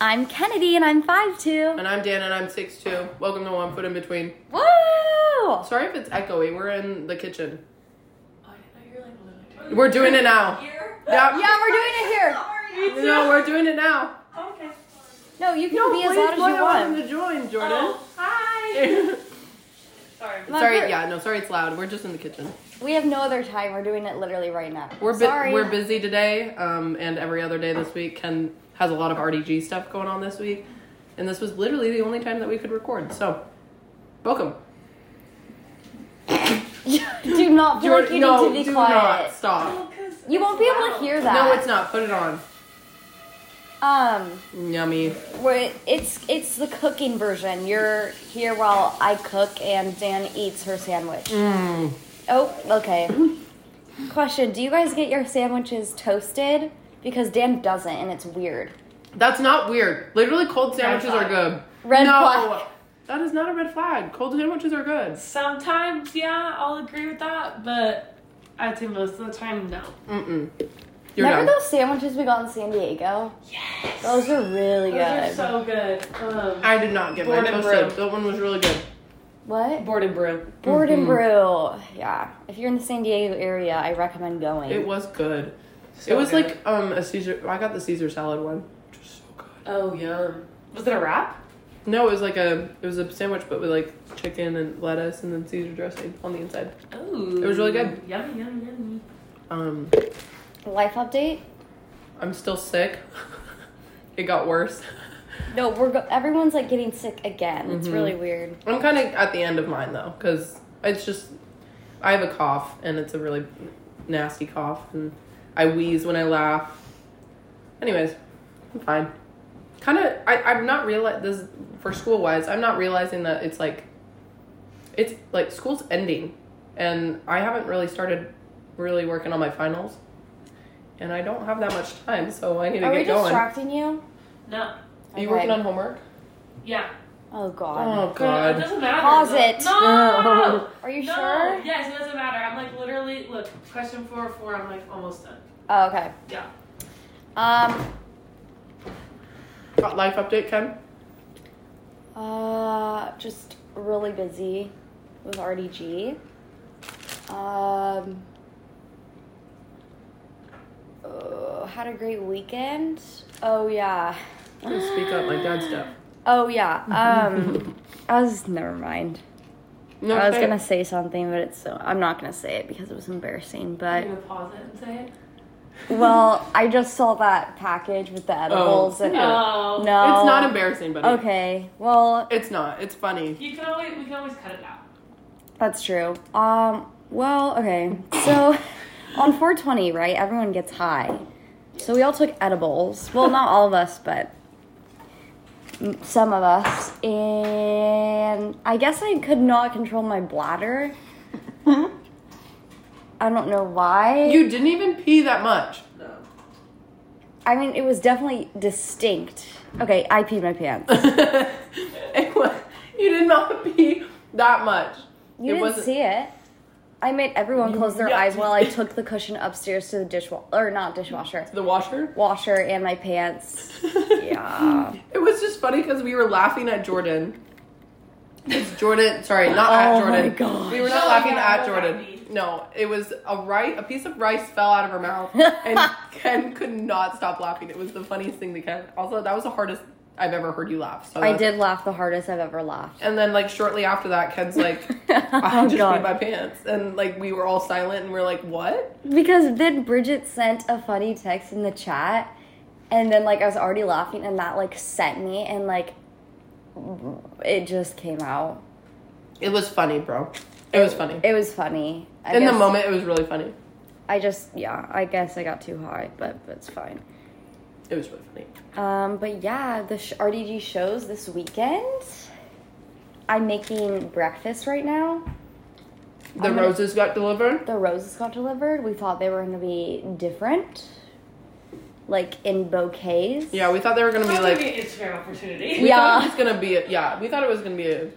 I'm Kennedy and I'm 5'2. And I'm Dan and I'm six two. Welcome to One Foot in Between. Woo! Sorry if it's echoey. We're in the kitchen. I didn't know you were like limited. We're doing it now. Here? Yeah. Yeah, we're doing it here. Sorry. No, we're doing it now. Okay. No, you can No, be as please loud as you let him want. to join, Jordan. Oh, hi. Sorry. Mom, sorry, we're- yeah, no, sorry it's loud. We're just in the kitchen. We have no other time. We're doing it literally right now. We're bu- Sorry. we're busy today, um, and every other day this week. Ken has a lot of RDG stuff going on this week, and this was literally the only time that we could record. So, welcome. do not feel like you no, need to be do quiet. not stop. You won't be able to hear that. No, it's not. Put it on. Um, Yummy. we're, it's it's the cooking version. You're here while I cook and Dan eats her sandwich. Mm. Oh, okay. Question: Do you guys get your sandwiches toasted? Because Dan doesn't, and it's weird. That's not weird. Literally, cold sandwiches are flag. good. Red no, flag. that is not a red flag. Cold sandwiches are good. Sometimes, yeah, I'll agree with that, but I'd say most of the time, no. Mm-mm. You're Remember done. those sandwiches we got in San Diego? Yes. Those, Those are really are good. so good. Um, I did not get my Board and toasted. brew. That one was really good. what? board and brew. Board and Brew. Yeah. If you're in the San Diego area, I recommend going. It was good. So it was good. like um a Caesar. I got the Caesar salad one, which was so good. Oh, yum. Was it a wrap? No, it was like a it was a sandwich, but with like chicken and lettuce and then Caesar dressing on the inside. Oh. It was really good. Yummy, yummy, yummy. Um, Life update? I'm still sick. it got worse. No, we're go- everyone's like getting sick again. It's Mhm. really weird. I'm kind of at the end of mine though, because it's just I have a cough and it's a really nasty cough, and I wheeze when I laugh. Anyways, I'm fine. Kind of, I'm not realize this for school wise. I'm not realizing that it's like it's like school's ending, and I haven't really started really working on my finals, and I don't have that much time, so I need to Are we get going. distracting you? No. Are Okay. you working on homework? Yeah. Oh god. Oh No, It God. doesn't matter. Pause No. it. No. Are you no. sure? Yes, it doesn't matter. I'm like literally, look, question four of four, I'm like almost done. Oh, okay. Yeah. Um Got Life update, Ken. uh just really busy with RDG. Um uh, had a great weekend. Oh yeah. I'm gonna speak up like dad stuff. Oh yeah. Um I was never mind. No, I was say it. gonna say something, but it's so I'm not gonna say it because it was embarrassing. Are you But gonna pause it and say it? well, I just saw that package with the edibles and Yeah. No. no, Oh. It's not embarrassing, buddy. Oh. Okay, well It's not. It's funny. You can always we can always cut it out. that's true. Um, well, okay, so on 420, right? Everyone gets high, so we all took edibles. Well, not all of us, but m- some of us. And I guess I could not control my bladder. I don't know why. You didn't even pee that much. No. I mean, it was definitely distinct. Okay, I peed my pants. it was, you did not pee that much. You it didn't wasn't. see it. I made everyone close their yeah. eyes while I took the cushion upstairs to the dishwasher, or not dishwasher, The washer. washer and my pants. Yeah. It was just funny because we were laughing at Jordan. It's Jordan. Sorry, not Oh at my Jordan. gosh. We were not No, laughing yeah, at what that Jordan. means. No, it was a rice. A piece of rice fell out of her mouth, and Ken could not stop laughing. It was the funniest thing to Ken. Also, that was the hardest I've ever heard you laugh. So I that's- did laugh the hardest I've ever laughed. And then like shortly after that, Ken's like, I Oh, just God. peed my pants, and like we were all silent, and we are like, what? Because then Bridget sent a funny text in the chat, and then like I was already laughing, and that like sent me, and like it just came out. It was funny, bro. It was funny. It was funny. I In the guess- moment, it was really funny. I just yeah, I guess I got too high, but that's fine. It was really funny. Um, but yeah, the sh- RDG shows this weekend. I'm making breakfast right now. The I'm gonna- roses got delivered. The roses got delivered. We thought they were gonna be different, like in bouquets. Yeah, we thought they were gonna be That's like. gonna be an Instagram opportunity. We thought it Yeah. was gonna be. A, yeah, we thought it was gonna be a,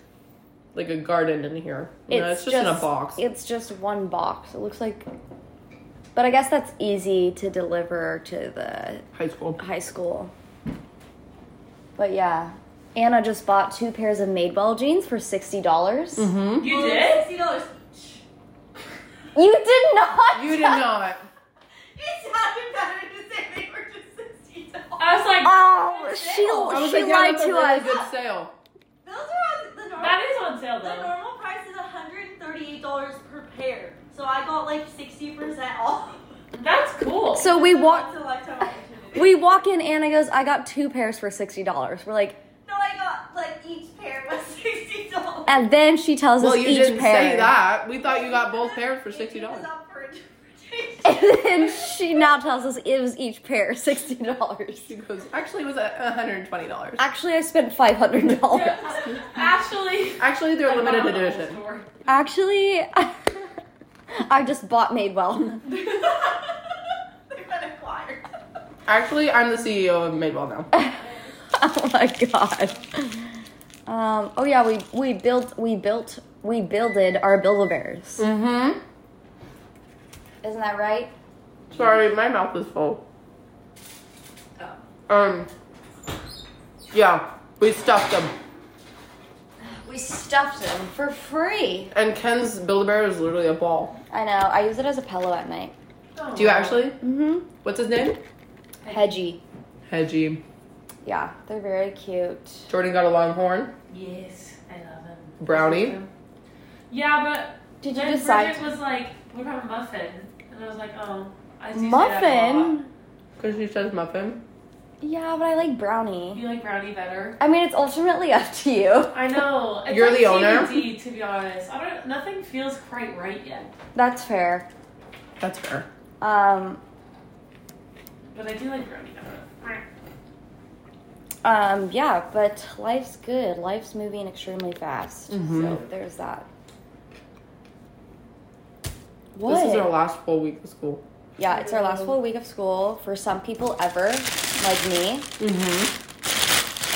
like a garden in here. no, it's just, in a box. It's just one box. It looks like, but I guess that's easy to deliver to the High school. high school. But yeah, Anna just bought two pairs of Madewell jeans for sixty dollars. Mm-hmm. You did? Oh, Sixty dollars. You did not. You did not. It sounded better to say they were just sixty dollars. I was like, Oh, she I I was she like, yeah, lied that's a to really us. good sale. Those are on the normal. that is on sale the though. normal price is one hundred and thirty-eight dollars per pair. So I got like sixty percent off. That's cool. So we walk It's a lifetime opportunity. we walk in. Anna goes, "I got two pairs for sixty dollars." We're like, No, I got like each pair was sixty dollars. and then she tells Well, us you each didn't pair. say that. We thought you got both pairs for sixty dollars. And then she now tells us it was each pair sixty dollars. She goes, actually, it was one hundred and twenty dollars. Actually, I spent five hundred dollars. Actually, Actually, they're I bought limited the whole edition. store. Actually, I just bought Madewell. They've been acquired. Actually, I'm the CEO of Madewell now. oh my god. Um, oh yeah, we we built we built we builded our Build-A-Bears. Mm-hmm. Isn't that right? Sorry, my mouth is full. Oh. Um. Yeah, we stuffed them, We stuffed them for free. and Ken's Build-A-Bear is literally a ball. I know. I use it as a pillow at night. Oh. Do you actually? Mm-hmm. What's his name? Hedgy. Hedgie. Yeah, they're very cute. Jordan got a longhorn. Yes, I love him. Brownie. Yeah, Did but you then decide? Bridget was like, "What about muffin?" And I was like, "Oh, I do see that a lot. Muffin. Because she says muffin. Yeah, but I like brownie. You like brownie better? I mean, it's ultimately up to you. I know. It's You're like the owner? TBD, to be honest, I don't. Nothing feels quite right yet, That's fair. That's fair. Um, but I do like brownie better. um, yeah, but life's good. Life's moving extremely fast. Mhm. So there's that. This What? is our last full week of school. yeah, it's our last full week of school for some people ever, like me. Mm-hmm.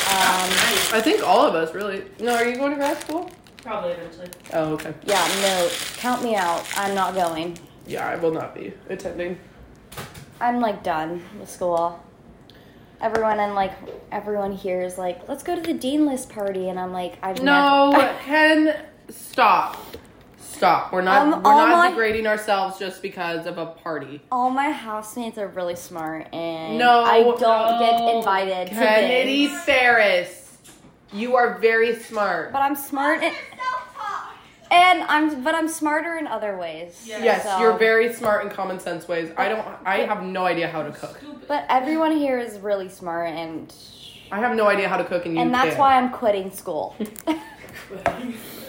Oh, Um, I think all of us really. No, are you going to grad school? Probably eventually. Oh, okay. yeah, no, count me out. I'm not going. Yeah, I will not be attending. I'm like done with school. Everyone and like everyone here is like, let's go to the dean list party, and I'm like, I've No, never- Ken, stop. Stop. We're not Um, we're all not my- degrading ourselves just because of a party. All my housemates are really smart, and No, I don't get no. invited to Kennedy things. Ferris. You are very smart. But I'm smart, and, Self-talk. and I'm but I'm smarter in other ways. Yes. Yes, so- you're very smart in common sense ways. I don't I have no idea how to cook. Stupid. But everyone here is really smart, and I have no idea how to cook and you and that's can't. why I'm quitting school.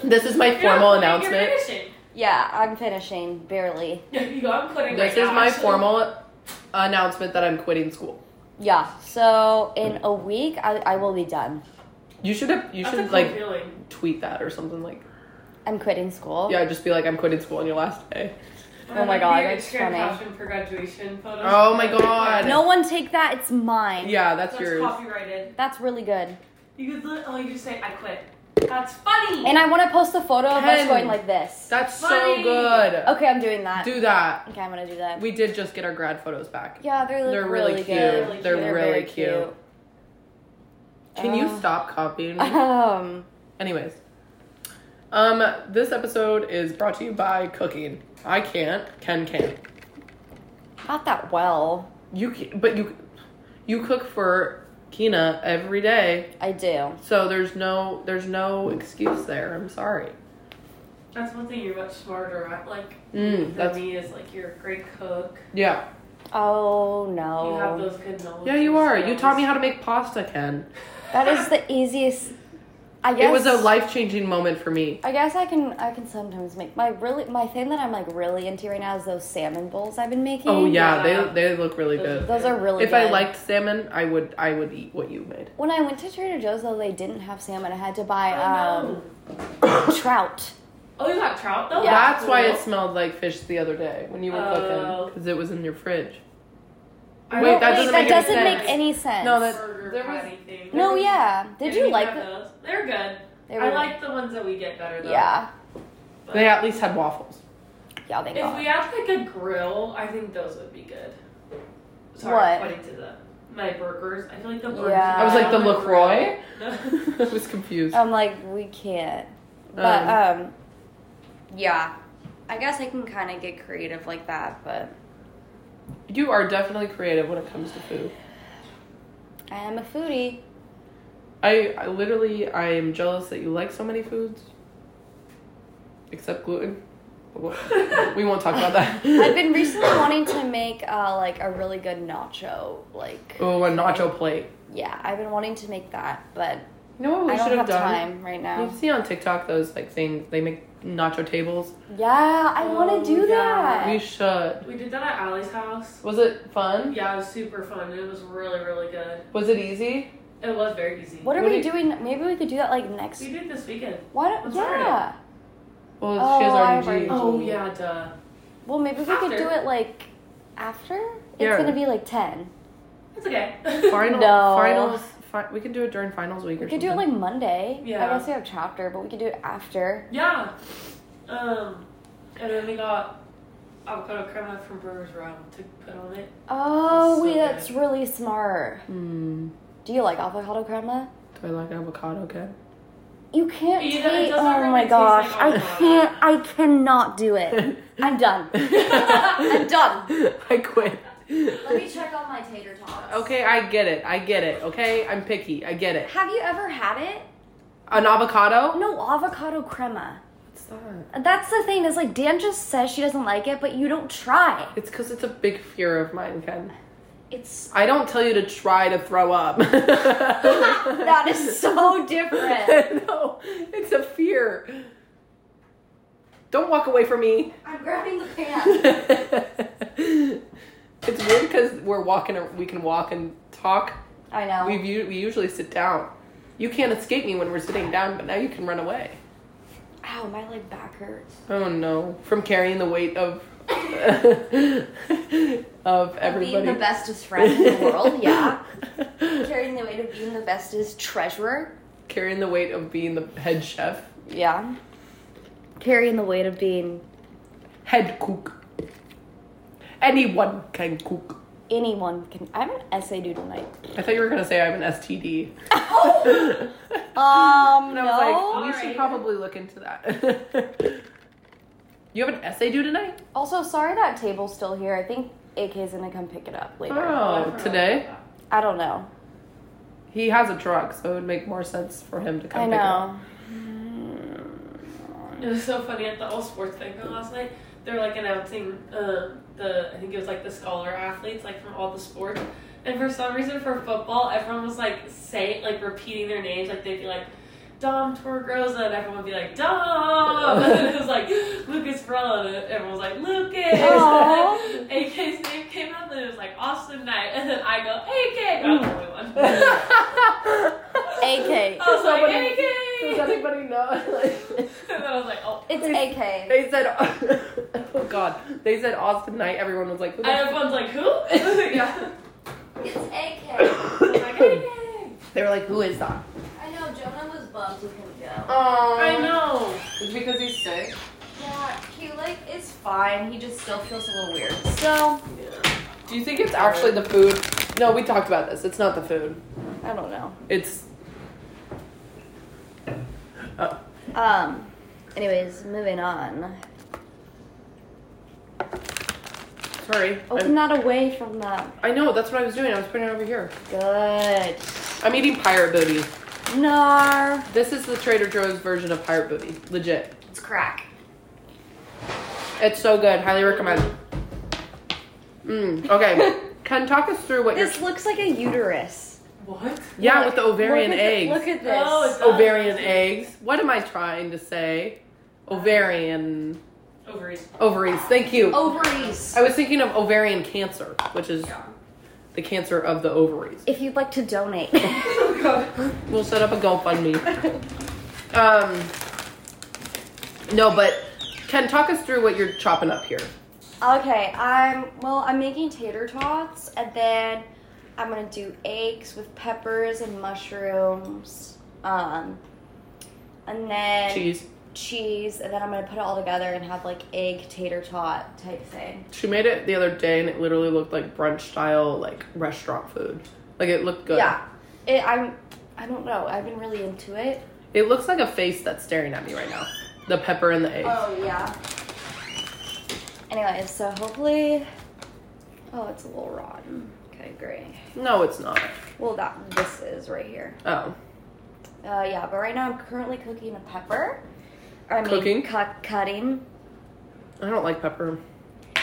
This is my You're formal not quitting, you're announcement. finishing. yeah, I'm finishing barely. You go, I'm quitting This right is now, my actually. formal announcement that I'm quitting school. Yeah, so in a week I, I will be done. You should have you That's a should cool like feeling. tweet that or something like I'm quitting school. yeah, just be like I'm quitting school on your last day. Oh my God, that's Instagram funny. caption for graduation photos. Oh my God. No one take that. It's mine. Yeah, that's, that's yours. copyrighted. That's really good. You could li- oh, you just say I quit. That's funny. And I want to post a photo of us Ken. going like this. That's so Funny. good. Okay, I'm doing that. Do that. Okay, I'm gonna do that. We did just get our grad photos back. yeah, they look They're really cute. good. Really They're cute. very really cute. Can you Uh. stop copying? me? Um, Anyways, um, this episode is brought to you by cooking. I can't. Ken can't. not that well. You, can, but you, you cook for Kina every day, I do. so there's no, there's no excuse there. I'm sorry. That's one thing you're much smarter at. Like Mm, for that's- me is like you're a great cook. Yeah. Oh You have no. those good knowledge. Yeah, you are. You taught me how to make pasta, Ken. That is the easiest. I guess It was a life changing moment for me. I guess I can I can sometimes make my really my thing that I'm like really into right now is those salmon bowls I've been making. Oh yeah, Yeah. they they look really good. Those are really If good. I liked salmon, I would I would eat what you made. When I went to Trader Joe's though, they didn't have salmon. I had to buy Oh, um, trout. oh, you got trout though. Yeah. That's why Cool. it smelled like fish the other day when you were Oh. cooking because it was in your fridge. I Wait, don't that Wait, doesn't that make any doesn't make any sense. sense. No, that- burger There was- patty thing. No, There was- yeah. Did Yeah, you like have them? those? They're good. They I were- like the ones that we get better though. Yeah, But They at least had waffles. yeah, they if got. we had like a grill, I think those would be good. Sorry, What? pointing to the my burgers. I feel like the burgers. Yeah. I was like the No. Lacroix. No. I was confused. I'm like, we can't. But um, yeah, I guess I can kind of get creative like that, but you are definitely creative when it comes to food. I am a foodie. I, I literally I am jealous that you like so many foods, except gluten. But we'll- we won't talk about that. I've been recently wanting to make uh, like a really good nacho. Like, Oh, a nacho plate. yeah, I've been wanting to make that, but You know what Oh, we I should don't have have done? time right now. You see on TikTok those like things they make nacho tables. Yeah, I want Oh, to do yeah. that. We should. we did that at Allie's house. Was it fun? Yeah, it was super fun. It was really, really good. Was it easy? It was very easy. what are what we do you- doing? Maybe we could do that like next. We did this weekend. Why don't? I'm sorry. Yeah. Well, Oh, she has I RNG. already- Oh yeah, duh. Well, maybe we could After. do it like after. It's Yeah. gonna be like ten. It's okay. Final, No. finals. Fi- we can do it during finals week. We or could do it something. like Monday. I Yeah. guess we have chapter, but we could do it after. yeah. Um, and then we got avocado crema from Brewers Row to put on it. Oh, so wait, good. that's really smart. Mm, Do you like avocado crema? do I like avocado? Okay. You can't You know, it take. doesn't Oh really my taste gosh, like I avocado. can't. I cannot do it. I'm done. I'm done. I quit. Let me check on my tater tots. Okay, I get it. I get it. Okay, I'm picky. I get it. Have you ever had it? An avocado? No, avocado crema. What's that? That's the thing. Is like Dan just says she doesn't like it, but you don't try. It's because it's a big fear of mine, Ken. It's I don't tell you to try to throw up. that is so different. no, it's a fear. Don't walk away from me. I'm grabbing the pan. it's weird because we're walking, we can walk and talk. I know. We u- we usually sit down. You can't escape me when we're sitting down, but now you can run away. Ow, my like back hurts. Oh no! From carrying the weight of of everybody. Being the bestest friend in the world, yeah. Carrying the weight of being the bestest treasurer, Carrying the weight of being the head chef, yeah. Carrying the weight of being head cook. Anyone can cook. anyone can. I have an essay due tonight. I thought you were gonna say I have an STD. Um, And I was no. like, we should Alright. probably look into that. you have an essay due tonight? Also, sorry that table's still here. I think AK's gonna come pick it up later. I Oh, forgot today? about I don't know. He has a truck, so it would make more sense for him to come I pick up. know. that. It was so funny at the all sports thing last night. They were like announcing um, the I think it was like the scholar athletes like from all the sports. And for some reason for football, everyone was like saying like repeating their names like they'd be like Dom Torgrosa and everyone would be like Dom. and then it was like Lucas Varela and everyone was like Lucas. Aw. And then AK's name came up and it was like Austin Knight. And then I go AK. Mm. I'm the only one. AK. I was like Somebody- AK. Does anybody know? and then I was like oh. It's AK. they said, oh god, they said Austin Knight. Everyone was like, who the And everyone's like, who? yeah. It's AK. Like, hey. they were like, who is that? I know Jonah was bummed with him go. Oh, I know. It's because he's sick. Yeah, he like is fine. He just still feels a little weird. So Do you think it's actually the food? No, we talked about this. It's not the food. I don't know. It's uh, Um. Anyways, moving on. sorry. Open I'm- that away from that. I know. That's what I was doing. I was putting it over here. Good. I'm eating pirate booty. Nar. This is the Trader Joe's version of pirate booty. Legit. It's crack. It's so good. Highly recommend. Mm, okay. Ken, talk us through what This you're. looks like a uterus. What? Yeah, Look- with the ovarian look at eggs. The, look at this. Oh, it's ovarian eggs. What am I trying to say? Ovarian Ovaries. ovaries. Thank you. Oh. ovaries. I was thinking of ovarian cancer, which is Yeah. the cancer of the ovaries. If you'd like to donate. Oh god. We'll set up a GoFundMe. um, no, but Ken, talk us through what you're chopping up here. Okay, I'm well. I'm making tater tots, and then I'm gonna do eggs with peppers and mushrooms, um, and then Cheese. cheese, and then I'm gonna put it all together and have like egg tater tot type thing. She made it the other day, and it literally looked like brunch style, like restaurant food. Like it looked good. Yeah. It, I'm. I don't know. I've been really into it. It looks like a face that's staring at me right now. The pepper and the egg. Oh yeah. Anyways, so hopefully. Oh, it's a little rotten. Okay, great. No, it's not. Well, that this is right here. Oh. Uh, yeah, but right now I'm currently cooking a pepper. I mean, Cooking? cut- cutting. I don't like pepper.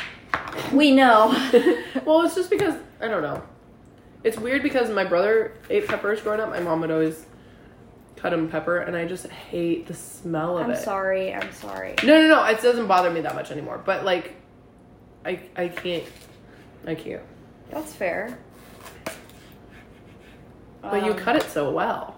We know. well, it's just because I don't know. It's weird because my brother ate peppers growing up. My mom would always cut him pepper, and I just hate the smell of I'm it. sorry. I'm sorry. No, no, no. It doesn't bother me that much anymore. But like, I I can't. I can't. That's fair. But you Um, cut it so well.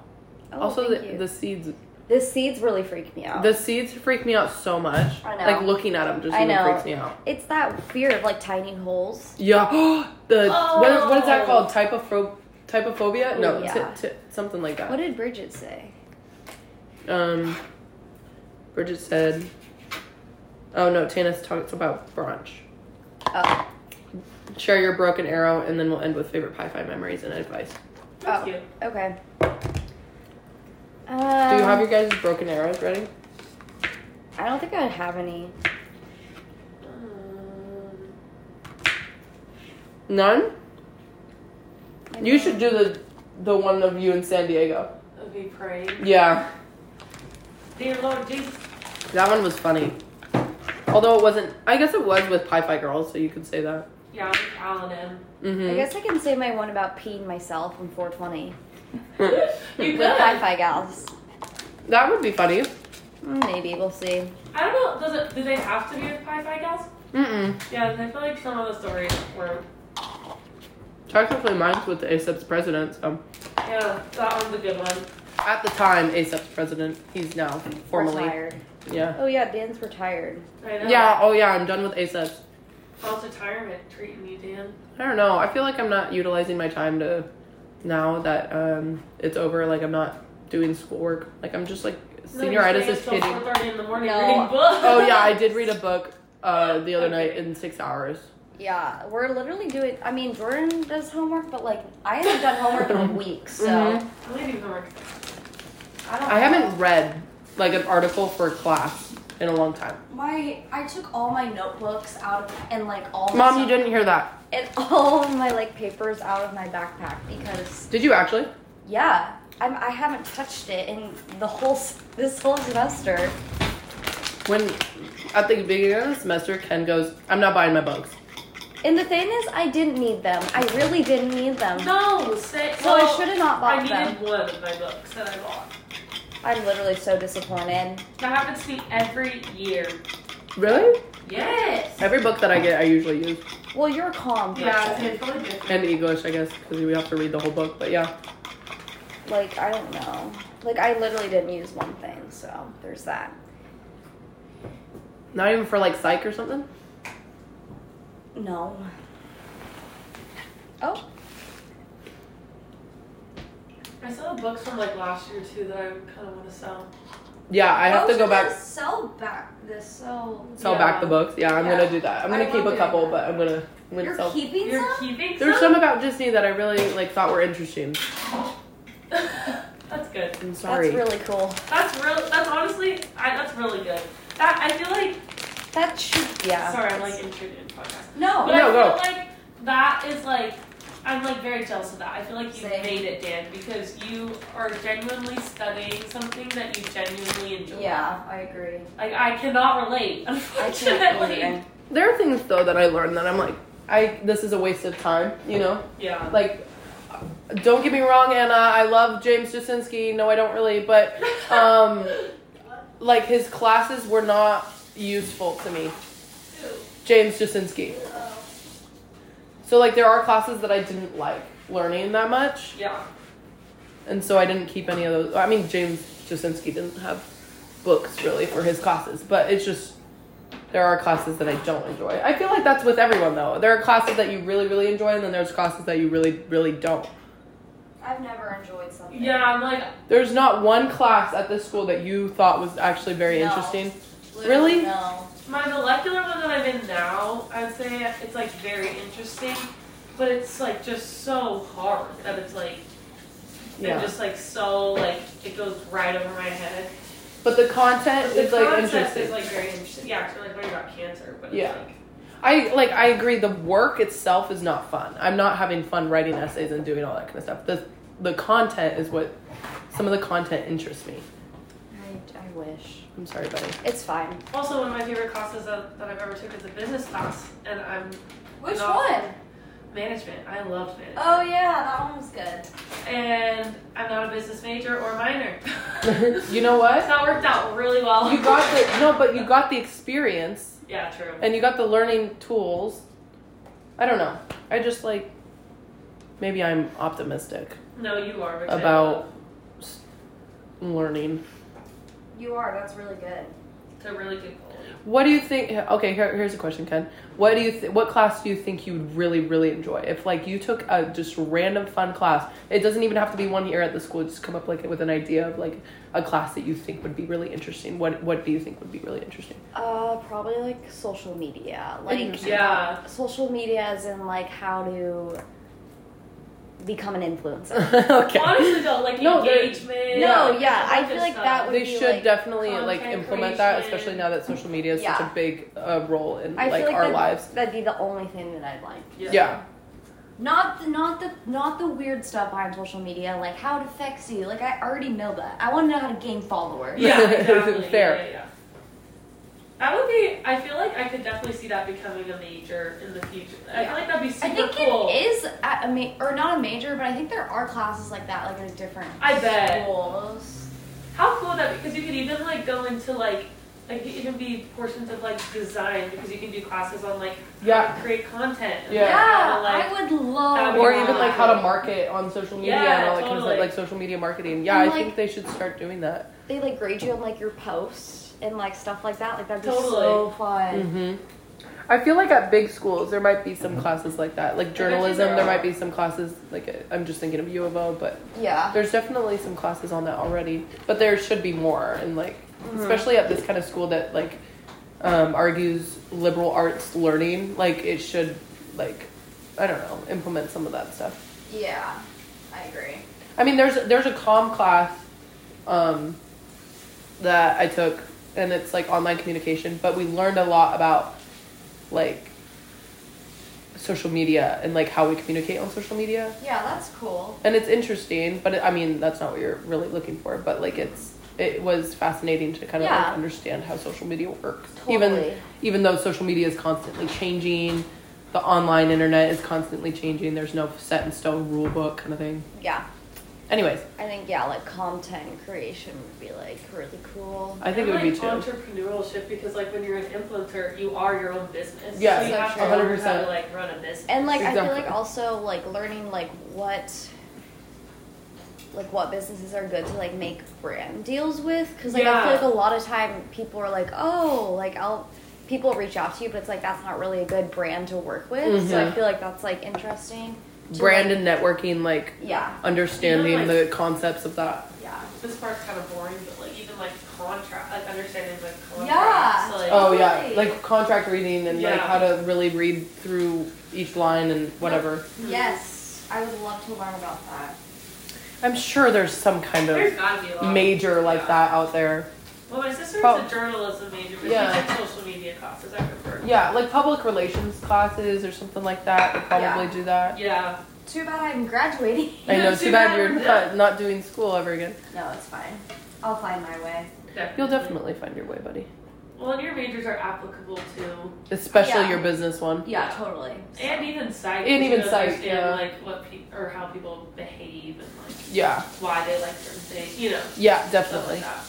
oh, also, thank the, you. the seeds. the seeds really freak me out. The seeds freak me out so much. I know. Like looking at them just I even know. freaks me out. it's that fear of like tiny holes. Yeah. the what, is, what is that Oh. called? Typopho- typophobia? No, Ooh, ti- yeah. ti- something like that. What did Bridget say? Um, Bridget said, "Oh no, Tanis talks about brunch. Oh, Share your broken arrow, and then we'll end with favorite Pi-Fi memories and advice. That's Oh. cute. okay. Um, Do you have your guys' broken arrows ready? I don't think I have any. Um, None. I You know. should do the the one of you in San Diego. okay, praying. Yeah, Dear Lord Jesus. that one was funny. Although it wasn't, I guess it was with Pi-Fi girls, so you could say that. Yeah, I'm Alan M. Mm-hmm. I guess I can say my one about peeing myself in 420 You with could. Wi-Fi gals. that would be funny. Mm, Maybe we'll see. I don't know. Does it? Do they have to be with Pi Phi gals? Mm-mm. Yeah, I feel like some of the stories were. Technically, mine's with the ASAP's president. So Yeah, that one's a good one. at the time, ASAP's president, he's now formally. Retired. Yeah. Oh yeah, Dan's retired. I know. Yeah, oh yeah, I'm done with ASAPs. How's retirement treating you, Dan? I don't know. I feel like I'm not utilizing my time to now that um it's over, like I'm not doing schoolwork. Like I'm just like senioritis is Four hitting. thirty in the morning No. reading books. Oh yeah, I did read a book uh the other Okay. night in six hours. Yeah, we're literally doing. I mean, Jordan does homework, but like I haven't done homework in a week, so Mhm. I'm leaving homework. I don't. I haven't read like an article for class in a long time. My I took all my notebooks out of and like all my Mom, you stuff- didn't hear that. and all of my like papers out of my backpack because Did you actually? yeah, I'm, I haven't touched it in the whole s- this whole semester. When at the beginning of the semester, Ken goes, I'm not buying my books. And the thing is, I didn't need them. I really didn't need them. No, say, So I should have not I bought needed them. one of my books that I bought. I'm literally so disappointed. That happens to me every year. Really? Yes. Every book that I get, I usually use. Well, you're a calm person. Yeah, it's totally different. And English, I guess, because we have to read the whole book, but yeah. Like I don't know. Like I literally didn't use one thing, so there's that. Not even for like psych or something? No. Oh, I still have books from like last year too that I kind of want to sell. Yeah, I Oh, have to go back, Sell back this. So sell back the books. Yeah, I'm Yeah. gonna do that. I'm I gonna keep love a doing couple, that. but I'm gonna, I'm gonna you're sell. keeping You're some. keeping There's some about Disney that I really like thought were interesting. that's good. I'm sorry. That's really cool. That's real. That's honestly, I, that's really good. That I feel like. That should yeah. Sorry, I'm like intruding in podcast. no. No, But I feel go. like that is like. I'm like very jealous of that. I feel like you Same. made it, Dan, because you are genuinely studying something that you genuinely enjoy. Yeah, I agree. Like I cannot relate, I can't either. unfortunately. there are things though that I learned that I'm like, I this is a waste of time. You know, Yeah. like, don't get me wrong, Anna. I love James Jasinski. No, I don't really, but um, like his classes were not useful to me. James Jasinski. So like there are classes that I didn't like learning that much, yeah. and so I didn't keep any of those. I mean James Jasinski didn't have books really for his classes, but it's just there are classes that I don't enjoy. I feel like that's with everyone though. There are classes that you really really enjoy, and then there's classes that you really really don't. I've never enjoyed something. Yeah, I'm like There's not one class at this school that you thought was actually very No. interesting. Literally, Really? No. my molecular one that I'm in now, I'd say it's like very interesting. but it's like just so hard that it's like Yeah. and just like so like it goes right over my head. But the content the is like concept interesting. is like very interesting. Yeah, so like learning about cancer, but Yeah. it's like I like I agree the work itself is not fun. I'm not having fun writing essays and doing all that kind of stuff. The the content is what some of the content interests me. I, I wish. I'm sorry, buddy. It's fine. also one of my favorite classes that, that I've ever took is a business class, and I'm Which No. one? management. I loved management, Oh yeah, that one was good. and I'm not a business major or minor. you know what? that worked out really well. You got the no, but you got the experience yeah, true. and you got the learning tools. I don't know. I just like maybe I'm optimistic No, you are which I about love. s- learning. You are. That's really good. It's a really good goal. What do you think? Okay, here, here's a question, Ken. What do you th- what class do you think you would really really enjoy? If like you took a just random fun class, it doesn't even have to be one here at the school. Just come up like with an idea of like a class that you think would be really interesting. What what do you think would be really interesting? Uh, probably like social media, like Interesting. Yeah. social media as in like how to become an influencer. okay. Honestly, though, like No, they're- engagement. No, like, yeah, a I bunch feel of like stuff. that would- They be, should like, definitely like content implement that, creation. especially now that social media is such Yeah. a big uh, role in I like feel like our that, lives. That'd be the only thing that I'd like. Yeah. Not the not the not the weird stuff behind social media, like how it affects you. Like I already know that. I want to know how to gain followers. Yeah, exactly. Fair. Yeah, yeah, yeah. That would be. I feel like I could definitely see that becoming a major in the future. I Yeah. feel like that'd be super I think cool. it is at a ma- or not a major, but I think there are classes like that, like at different I bet. schools. How cool would that because you could even like go into like like it could even be portions of like design because you can do classes on like Yeah. how to create content. and, Yeah. Yeah, like, how to, like, I would love. that'd Or be even that. like how to market on social media Yeah, and all that kind of stuff, totally. like social media marketing. Yeah, And, I like- think they should start doing that. they like grade you on like your posts and like stuff like that. Like that'd be Totally. so fun. hmm I feel like at big schools there might be some classes like that, like bet you journalism. there There are. might be some classes like I'm just thinking of U of O, but Yeah. there's definitely some classes on that already. But there should be more, and like especially at this kind of school that like um, argues liberal arts learning, like it should like I don't know implement some of that stuff. Yeah. I agree. I mean, there's there's a comm class um, that I took, and it's like online communication, but we learned a lot about like social media and like how we communicate on social media, Yeah, that's cool. and it's interesting. But it, I mean, that's not what you're really looking for. But like, it's it was fascinating to kind of Yeah. like understand how social media works, Totally. even even though social media is constantly changing. The online internet is constantly changing. There's no set in stone rule book kind of thing. Yeah. Anyways, I think yeah, like content creation would be like really cool. I think it would and, be like, too. entrepreneurship because like when you're an influencer, you are your own business. Yeah, so you so have to true. learn how 100%. to like run a business. And like I feel Exactly. like also like learning like what like what businesses are good to like make brand deals with because like I feel Yeah. like a lot of time people are like oh like I'll people reach out to you but it's like that's not really a good brand to work with so I Mhm. feel like that's like interesting to, Brand like- and networking, like yeah understanding You know, like- the concepts of that. yeah this part's kind of boring, but like even like contract, like understanding like contracts. Yeah. So, like, Oh yeah, Totally. like contract reading and like Yeah. how to really read through each line and whatever. yes I would love to learn about that I'm sure there's some kind There's of gotta be a lot. major like Yeah. that out there. Well, my sister was Prob- a journalism major, but Yeah. she took social media classes. I prefer. Yeah, like public relations classes or something like that. They probably Yeah. do that. Yeah. too bad I'm graduating I Yeah, know. too Too bad bad. you're not, not doing school ever again. no it's fine I'll find my way You'll definitely find your way, buddy. Well, and your majors are applicable to, Especially Yeah. your business one. yeah totally So- and even psych. And you even know, psych, understand, yeah. Like what pe- or how people behave and like Yeah. why they like certain things. You know, Yeah, stuff definitely. like that.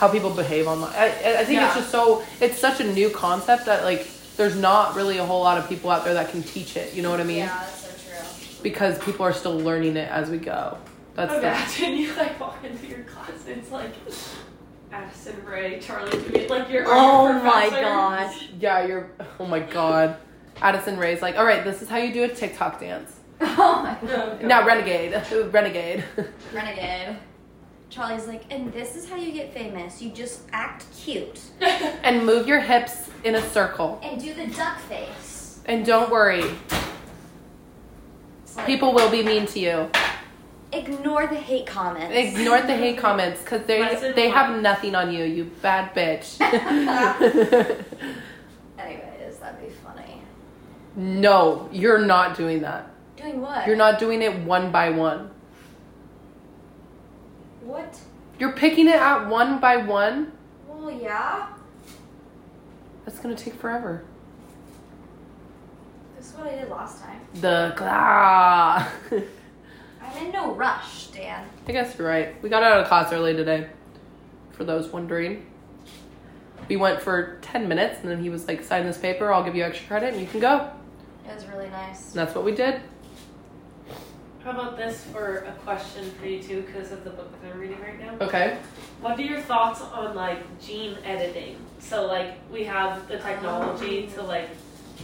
how people behave online. I, I- I think Yeah. it's just so it's such a new concept that like there's not really a whole lot of people out there that can teach it. You know what I mean? yeah that's so true. Because people are still learning it as we go. That's the, Imagine you like walk into your class and it's like Addison Ray, Charlie Dewey, like your Oh your my professor. gosh. yeah. You're oh my god. Addison Ray's like, all right, this is how you do a TikTok dance. Oh my god. No, Now renegade, renegade. Renegade. Charlie's like, and this is how you get famous. You just act cute and move your hips in a circle. and do the duck face. And don't worry, It's like People will be mean to you. ignore the hate comments. Ignore the hate comments because they Lesson they have learned. nothing on you. You bad bitch. Anyways, that'd be funny. no, you're not doing that. Doing what? You're not doing it one by one. What? You're picking it out one by one. Well, yeah. That's gonna take forever. This is what I did last time. The ah. I'm in no rush, Dan. I guess you're right. We got out of class early today. For those wondering, we went for ten minutes, and then he was like, "Sign this paper. I'll give you extra credit, and you can go." It was really nice. And that's what we did. How about this for a question for you two because of the book that I'm reading right now? Okay. What are your thoughts on like gene editing? So like we have the technology to like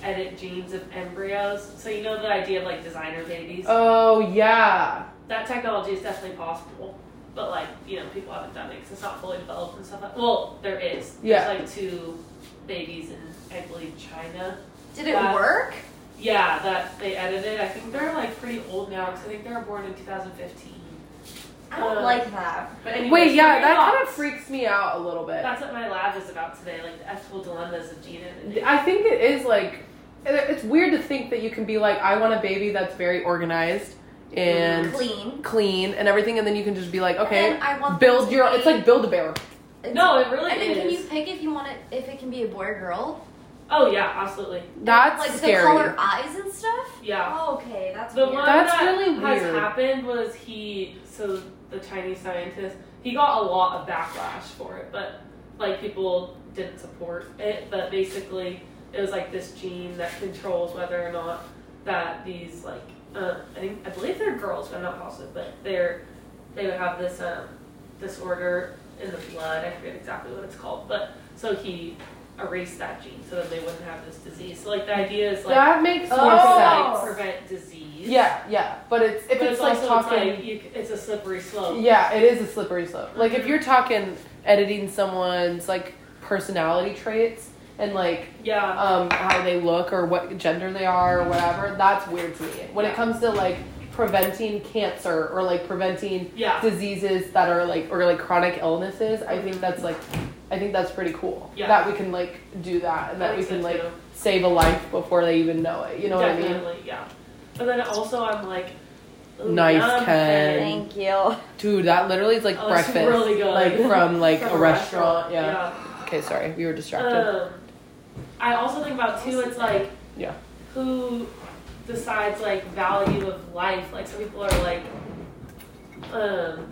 edit genes of embryos. So you know the idea of like designer babies. Oh yeah. That technology is definitely possible, but like you know people haven't done it 'cause it's not fully developed and stuff. Like, well, there is. Yeah. There's like two babies in I believe China. Did it Uh, work? Yeah, that they edited. I think they're like pretty old now because I think they were born in 2015. I don't uh, like that. But anyways, Wait, yeah, your that kind of thoughts. freaks me out a little bit. That's what my lab is about today, like the ethical dilemmas of gene editing. I think it is like it's weird to think that you can be like, I want a baby that's very organized and Clean. clean and everything, and then you can just be like, okay, And I want them build to your. be- It's like build a bear. It's- No, it really And then can is. you pick if you want it, if it can be a boy or girl? Oh yeah, absolutely. That's like scary. the color eyes and stuff. Yeah. Oh, okay, that's The weird. one That's that really has weird. happened was he so the Chinese scientist he got a lot of backlash for it, but like people didn't support it. But basically, it was like this gene that controls whether or not that these like uh, I think I believe they're girls, but I'm not positive. But they're they would have this um, disorder in the blood. I forget exactly what it's called, but so he erased that gene so that they wouldn't have this disease. So like the idea is like that makes more Oh. sense. like prevent disease. Yeah, yeah, but it's if But it's, like also, talking. it's, like, oh. you, c- it's a slippery slope. yeah, it is a slippery slope. Like Mm-hmm. if you're talking editing someone's like personality traits and like Yeah. um, how they look or what gender they are or whatever, that's weird to me. When it comes to like preventing cancer or like preventing Yeah. diseases that are like or like chronic illnesses, I think that's like I think that's pretty cool. Yeah. That we can like do that and I that we think can so, like too. save a life before they even know it. You know Definitely, what yeah. But then also, I'm like, ooh, Nice, yum, Ken. and- Thank you. I mean? Dude, that literally is like Oh, it's breakfast. really good. Like from like From a restaurant. Yeah. yeah. Okay, sorry, we were distracted. Um, I also think about too. It's like, Yeah. who decides like value of life? Like, some people are like, um.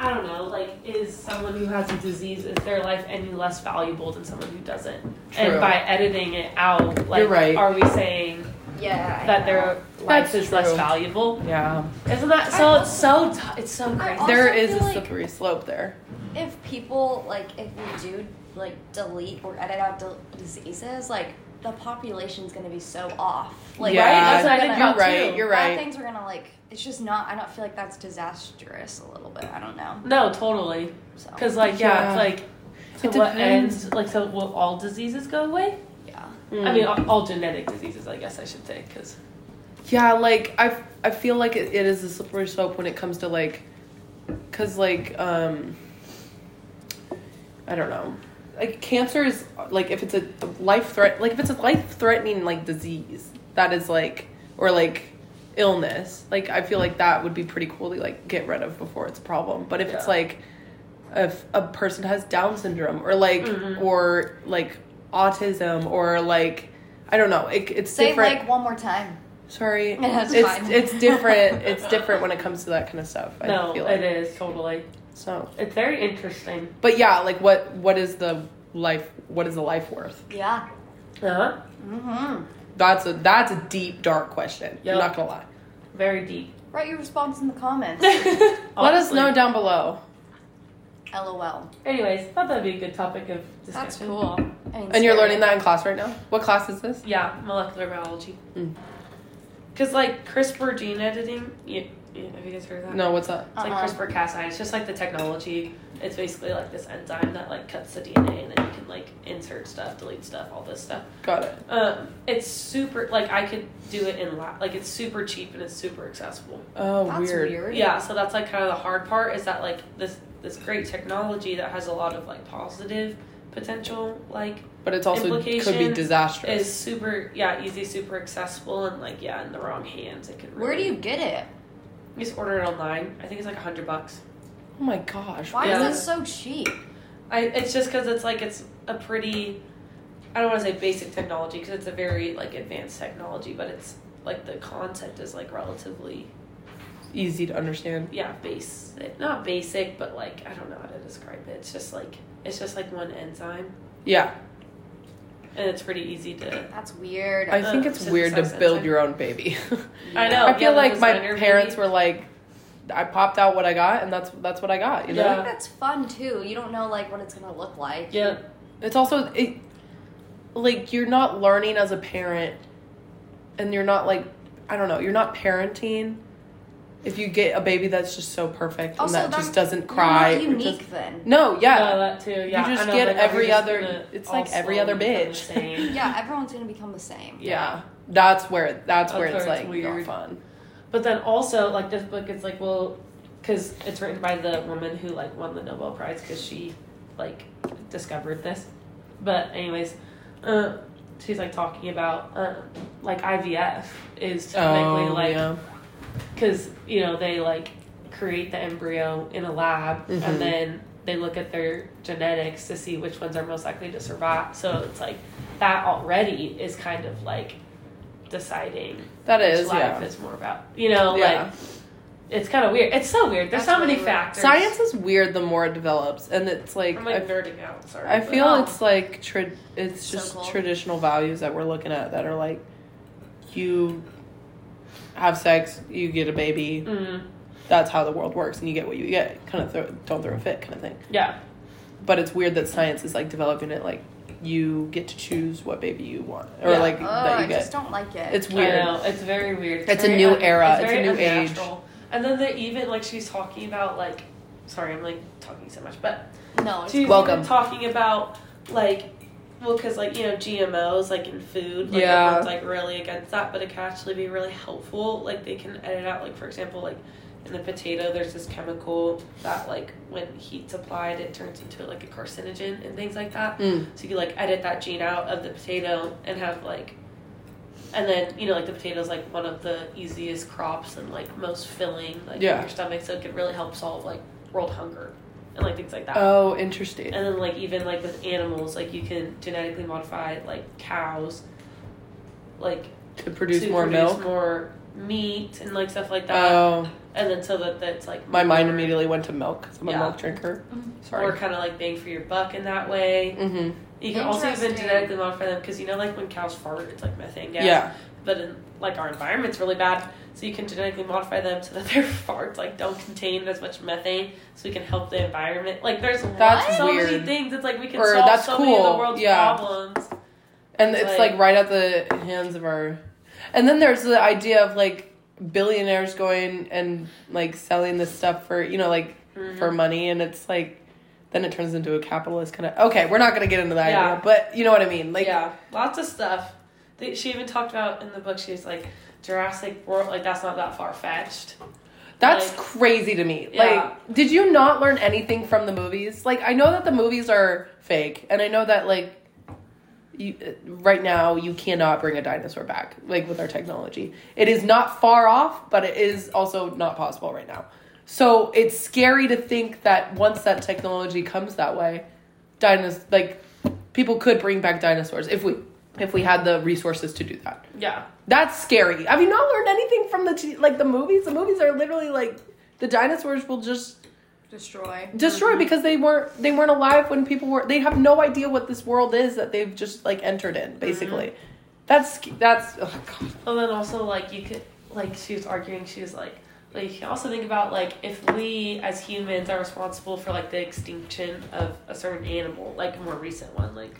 I don't know, like, is someone who has a disease, is their life any less valuable than someone who doesn't? True. And by editing it out, like, You're right. are we saying yeah, I that know. their life That's is less true. valuable. yeah. Isn't that so? It's so t- it's so crazy. also There is a feel like- slippery slope there. if people like if we do like delete or edit out del diseases, like the population's gonna be so off. Like yeah, That's what I think gonna- you're about, right. too. You're bad right. things are gonna like. It's just not. I don't feel like that's disastrous a little bit. I don't know. no, totally. So Because like yeah, Yeah. it's like to It what depends. end? Like so, will all diseases go away? yeah, Mm. I mean, all, all genetic diseases, I guess I should say. Because Yeah, like I, I feel like it, it is a slippery slope when it comes to like, cause like um, I don't know, like cancer is like if it's a life threat, like if it's a life threatening like disease that is like or like illness, like I feel like that would be pretty cool to like get rid of before it's a problem. But if it's Yeah. like if a person has Down syndrome or like or like autism or like I don't know, it, it's say different. like one more time. Sorry, That's it's fine. it's different. It's different when it comes to that kind of stuff. I no, feel like. it is totally. So, It's very interesting. but yeah, like what what is the life? What is the life worth? Yeah. Uh Uh-huh. huh. Mm-hmm. That's a that's a deep dark question. Yeah. I'm not gonna lie. Very deep. Write your response in the comments. Let us know down below. LOL. Anyways, thought that'd be a good topic of discussion. That's cool. I mean, And you're scary. learning that in class right now. What class is this? Yeah, molecular biology. Mm. Because like CRISPR gene editing, you, you, have you guys heard of that? No, what's up? It's like Uh-uh. CRISPR Cas9. It's just like the technology. It's basically like this enzyme that like cuts the DNA and then you can like insert stuff, delete stuff, all this stuff. Got it. Um, it's super like I could do it in la- like it's super cheap and it's super accessible. Oh, That's weird. weird. Yeah, so that's like kind of the hard part is that like this this great technology that has a lot of like positive potential like But it's also could be Implications disastrous. is super yeah easy super accessible and like yeah in the wrong hands it could really, Where do you get it? you just order it online I think it's like a hundred bucks oh my gosh. Why Yeah. is it so cheap? I it's just because it's like it's a pretty I don't want to say basic technology because it's a very like advanced technology but it's like the concept is like relatively Easy to understand. yeah, base not basic, but like I don't know how to describe it. It's just like it's just like one enzyme, Yeah, and it's pretty easy to. That's weird. I think Uh, it's weird to synthesizer. build your own baby. I know. I feel yeah, the like my designer parents baby. were like, I popped out what I got, and that's that's what I got. You know, I think that's fun too. You don't know like what it's gonna look like. Yeah, it's also it, like you're not learning as a parent, and you're not like I don't know, you're not parenting. If you get a baby that's just so perfect Also, and that that- just doesn't You're cry, not or unique just- then. no, yeah, No, that too. Yeah, You just I know, get like, they're every just other- gonna it's all like every slowly other become the bitch. same. Yeah, everyone's gonna become the same. yeah. That's where that's, That's where it's where it's like weird. not fun. But then also, like this book is like, well, because it's written by the woman who like won the Nobel Prize because she like discovered this. But anyways, uh, she's like talking about uh, like IVF is technically Oh, like yeah. because you know they like create the embryo in a lab Mhm. and then they look at their genetics to see which ones are most likely to survive so it's like that already is kind of like deciding that which is life yeah. is more about you know Yeah. like it's kind of weird it's so weird there's That's so many really weird. factors Science is weird the more it develops, and it's like, i'm like I- nerding out sorry I, but- um, feel Oh. it's like tra- it's So just cool. traditional values that we're looking at that are like you have sex, you get a baby, Mm, that's how the world works, and you get what you get. Kind of throw, don't throw a fit, kind of thing. yeah But it's weird that science is like developing it like you get to choose what baby you want or Yeah. like Oh, that I you get. just don't like it. it's I weird. know. It's very weird. It's a very new un- era. It's a very new age. unnatural. And then they even like she's talking about like, sorry, I'm like talking so much, but no. It's she's even Welcome. talking about like, well, because like you know GMOs like in food, like Yeah. everyone's like really against that, but it can actually be really helpful. Like they can edit out like for example like. In the potato, there's this chemical that, like, when heat's applied, it turns into like a carcinogen and things like that. Mm. So you could like edit that gene out of the potato and have like, and then you know like the potato is like one of the easiest crops and like most filling like Yeah. in your stomach, so it could really help solve like world hunger and like things like that. Oh, interesting. and then like even like with animals, like you can genetically modify like cows, like to produce to more produce milk. more meat and like stuff like that, Oh, and then so that that's like my mind more- immediately went to milk 'cause I'm Yeah. Mm-hmm. a milk drinker. More Sorry. kind of like bang for your buck in that way. Mm-hmm. You can also even Interesting. genetically modify them because you know, like when cows fart, it's like methane gas. Yeah. But in like our environment's really bad, so you can genetically modify them so that their farts like don't contain as much methane, so we can help the environment. Like there's That's so many weird. things. It's like we can Or solve that's so many of cool, the world's yeah. problems. And It's it's like- like, right at the hands of our. And then there's the idea of like billionaires going and like selling this stuff for, you know, like Mm-hmm. for money. And it's like, then it turns into a capitalist kind of. Okay, we're not going to get into that Yeah. idea, but you know what I mean? Like, yeah, lots of stuff. They, she even talked about in the book. She was like Jurassic World. Like that's not that far fetched. that's Like- crazy to me. Yeah. Like, did you not learn anything from the movies? Like, I know that the movies are fake, and I know that, like, you, uh, right now you cannot bring a dinosaur back like with our technology it is not far off but it is also not possible right now so it's scary to think that once that technology comes that way dinos like people could bring back dinosaurs if we if we had the resources to do that Yeah, that's scary have you not learned anything from the t- like the movies the movies are literally like the dinosaurs will just destroy. destroy Mm-hmm. because they weren't they weren't alive when people were they have no idea what this world is that they've just like entered in basically Mm-hmm. that's sc- that's oh god And then also like you could like she was arguing she was like like you can also think about like if we as humans are responsible for like the extinction of a certain animal like a more recent one like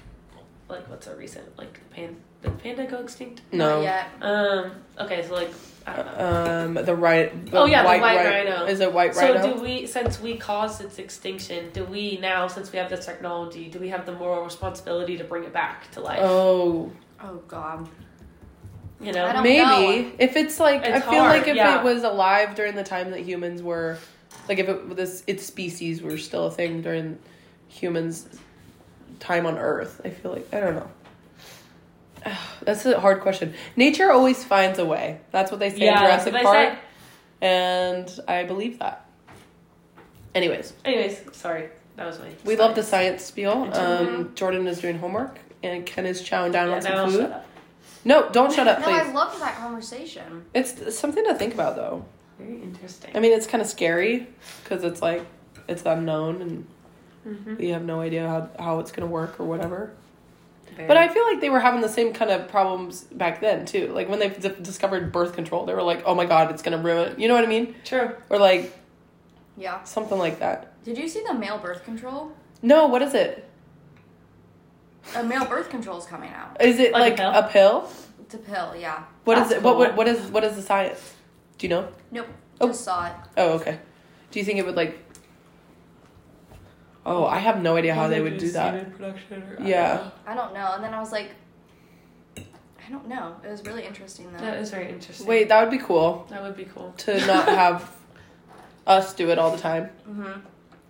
like what's a recent like the pan did the panda go extinct no Not yet. um okay so like Um, the right. The Oh, yeah, the white, white ri- rhino. Is it white So rhino? do we, since we caused its extinction, do we now, since we have this technology, do we have the moral responsibility to bring it back to life? oh, Oh God. you I know, don't maybe know. if it's like I It's feel hard, like if yeah. it was alive during the time that humans were, like if it this its species were still a thing during humans' time on Earth. I feel like I don't know. That's a hard question. Nature always finds a way. That's what they say in Yeah, that's Jurassic what they Park, and I believe that. Anyways, anyways, sorry, that was my. we love the science spiel. Um, Mhm. Jordan is doing homework, and Ken is chowing down Yeah, on now some shut food. up. No, don't shut up, No, please. I loved that conversation. It's something to think about, though. Very interesting. I mean, it's kind of scary because it's like it's unknown and Mhm. we have no idea how, how it's going to work or whatever. But I feel like they were having the same kind of problems back then, too. Like when they d- discovered birth control, they were like, oh my god, it's going to ruin. You know what I mean? true. Or like Yeah. something like that. Did you see the male birth control? No, what is it? A male birth control is coming out. Is it like, Like a a, pill? It's a pill. Yeah. What is That's it? What, what cool. what is what is the science? Do you know? Nope. Oh. Just saw it. Oh, okay. Do you think it would like? Oh, I have no idea how they would do that. Yeah. I don't know. And then I was like, I don't know. It was really interesting though. that is very interesting. Wait, that would be cool. that would be cool. to not have us do it all the time. Mhm.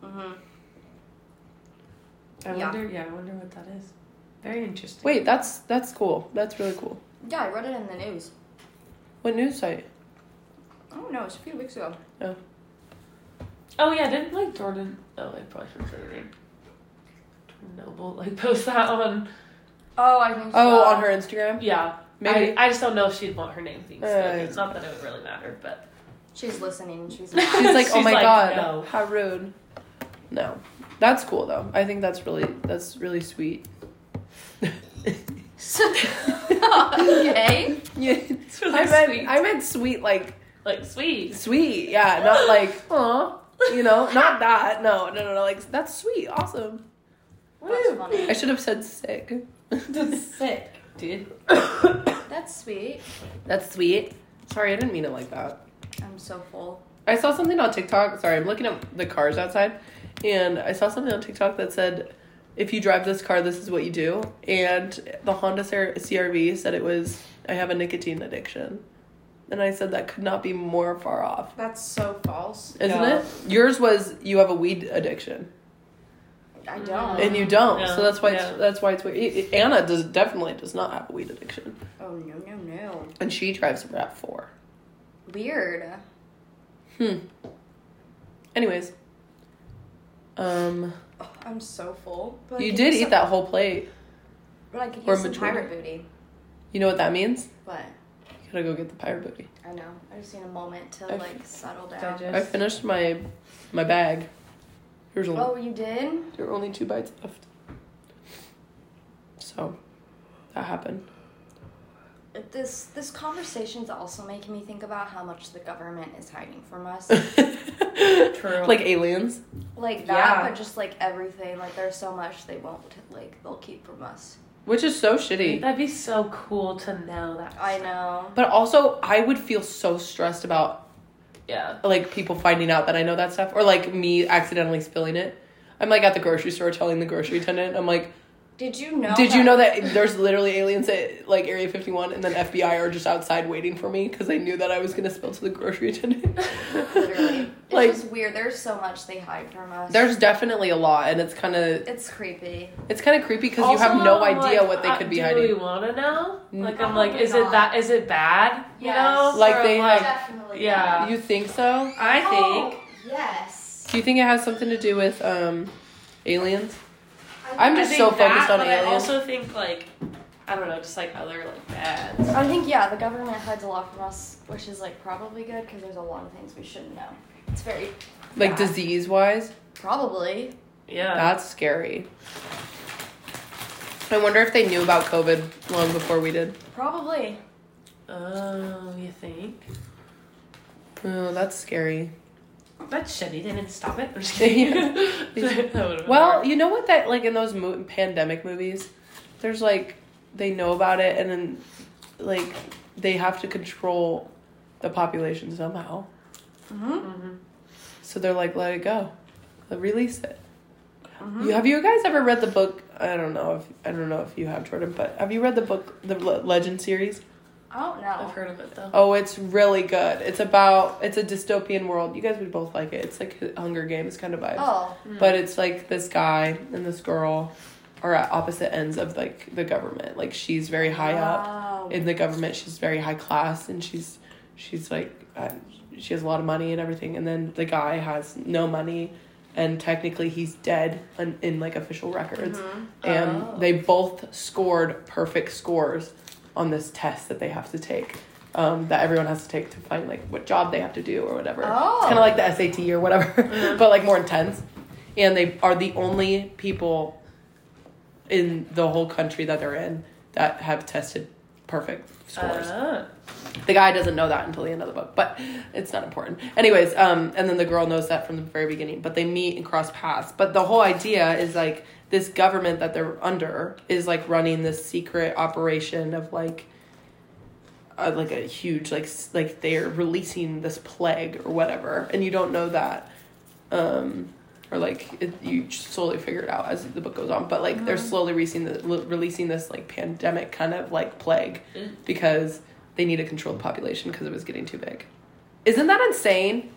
Mhm. I Yeah. wonder. Yeah, I wonder what that is. Very interesting. Wait, that's that's cool. That's really cool. Yeah, I read it in the news. What news site? I don't know. It's a few weeks ago. Oh yeah, didn't like Jordan? Oh, I probably should say the name. Jordan Noble like post that on. Oh, I think. So. Oh, on her Instagram. Yeah, Maybe. I, I just don't know if she'd want her name being Uh, said. it's not that it would really matter, but She's listening. She's. Not. She's like, oh She's my like, god, no. how rude. No, that's cool though. I think that's really that's really sweet. okay. Yeah, it's really I meant sweet. I meant sweet like like sweet. sweet. Yeah, not like aw. You know, not that. No, no, no, no. Like that's sweet. Awesome. That's funny. I should have said sick. That's sick, dude. That's sweet. That's sweet. Sorry, I didn't mean it like that. I'm so full. I saw something on TikTok. Sorry, I'm looking at the cars outside, and I saw something on TikTok that said, "If you drive this car, this is what you do." And the Honda Cer- CRV said it was, "I have a nicotine addiction," and I said that could not be more far off, That's so false. isn't Yeah. it? Yours was you have a weed addiction, I don't. don't. and you don't. Yeah, So that's why yeah. it's, that's why it's weird. It- it- Anna does definitely does not have a weed addiction, oh no no no. and she drives a Rav Four. Weird. Hmm. Anyways, um, Oh, I'm so full. But I you could did use eat some- that whole plate. But I could or use some mature. pirate booty. You know what that means? But You gotta go get the pirate booty. I know. I just need a moment to I f- like settle down. Digest. I finished my my bag. There's only Oh, you did? there were only two bites left. So that happened. This this conversation's also making me think about how much the government is hiding from us. True. like aliens. like that, Yeah. but just like everything. Like there's so much they won't like they'll keep from us. Which is so shitty. That'd be so cool to know that. I know. But also I would feel so stressed about Yeah. like people finding out that I know that stuff. Or like me accidentally spilling it. I'm like at the grocery store telling the grocery attendant, I'm like, Did you know? Did you know that there's literally aliens at like Area 51 and then FBI are just outside waiting for me because they knew that I was gonna spill to the grocery attendant? Literally, it's like, just weird. There's so much they hide from us. there's definitely a lot, and it's kind of It's creepy. it's kind of creepy because you have no Also, idea like, what they uh, could be do we hiding. want to know? Mm. Like I'm like, Probably is it not. that? Is it bad? Yes. You know? Like, Or they like- Definitely. Yeah. You think so? I think. Oh, yes. Do you think it has something to do with um aliens? I I'm I just think so focused on that, but aliens. I also think like, I don't know, just like other like bads. I think yeah, the government hides a lot from us, which is like probably good because there's a lot of things we shouldn't know. It's very like yeah. disease wise, probably. Yeah. that's scary. I wonder if they knew about COVID long before we did. Probably. Uh, oh, you think? Oh, that's scary. That's shitty. They didn't stop it. I'm just Yeah. kidding. That would've been Well, hard. you know what that like in those mo- pandemic movies, there's like they know about it and then like they have to control the population somehow. mm-hmm. Mm-hmm. So they're like, let it go, let release it. You, have you guys ever read the book? I don't know if I don't know if you have Jordan, but have you read the book, the Le- Legend series? I don't know. heard of it though. Oh, it's really good. It's about it's a dystopian world. You guys would both like it. It's like Hunger Games kind of vibes. Oh, But it's like this guy and this girl are at opposite ends of like the government. Like she's very high Wow. up in the government. She's very high class and she's she's like uh, she has a lot of money and everything. And then the guy has no money and technically he's dead in, in like official records. And Oh. they both scored perfect scores on this test that they have to take. Um, that everyone has to take to find like what job they have to do or whatever. Oh. Mm-hmm. It's kind of like the SAT or whatever, but like more intense. And they are the only people in the whole country that they're in that have tested perfect Uh, scores. Oh. The guy doesn't know that until the end of the book, but it's not important. Anyways, um, and then the girl knows that from the very beginning, but they meet and cross paths. But the whole idea is like this government that they're under is like running this secret operation of like. Uh, like a huge like s- like they're releasing this plague or whatever and you don't know that um or like it, you slowly figure it out as the book goes on but like they're slowly releasing the, l- releasing this like pandemic kind of like plague because they need to control the population because it was getting too big. Isn't that insane?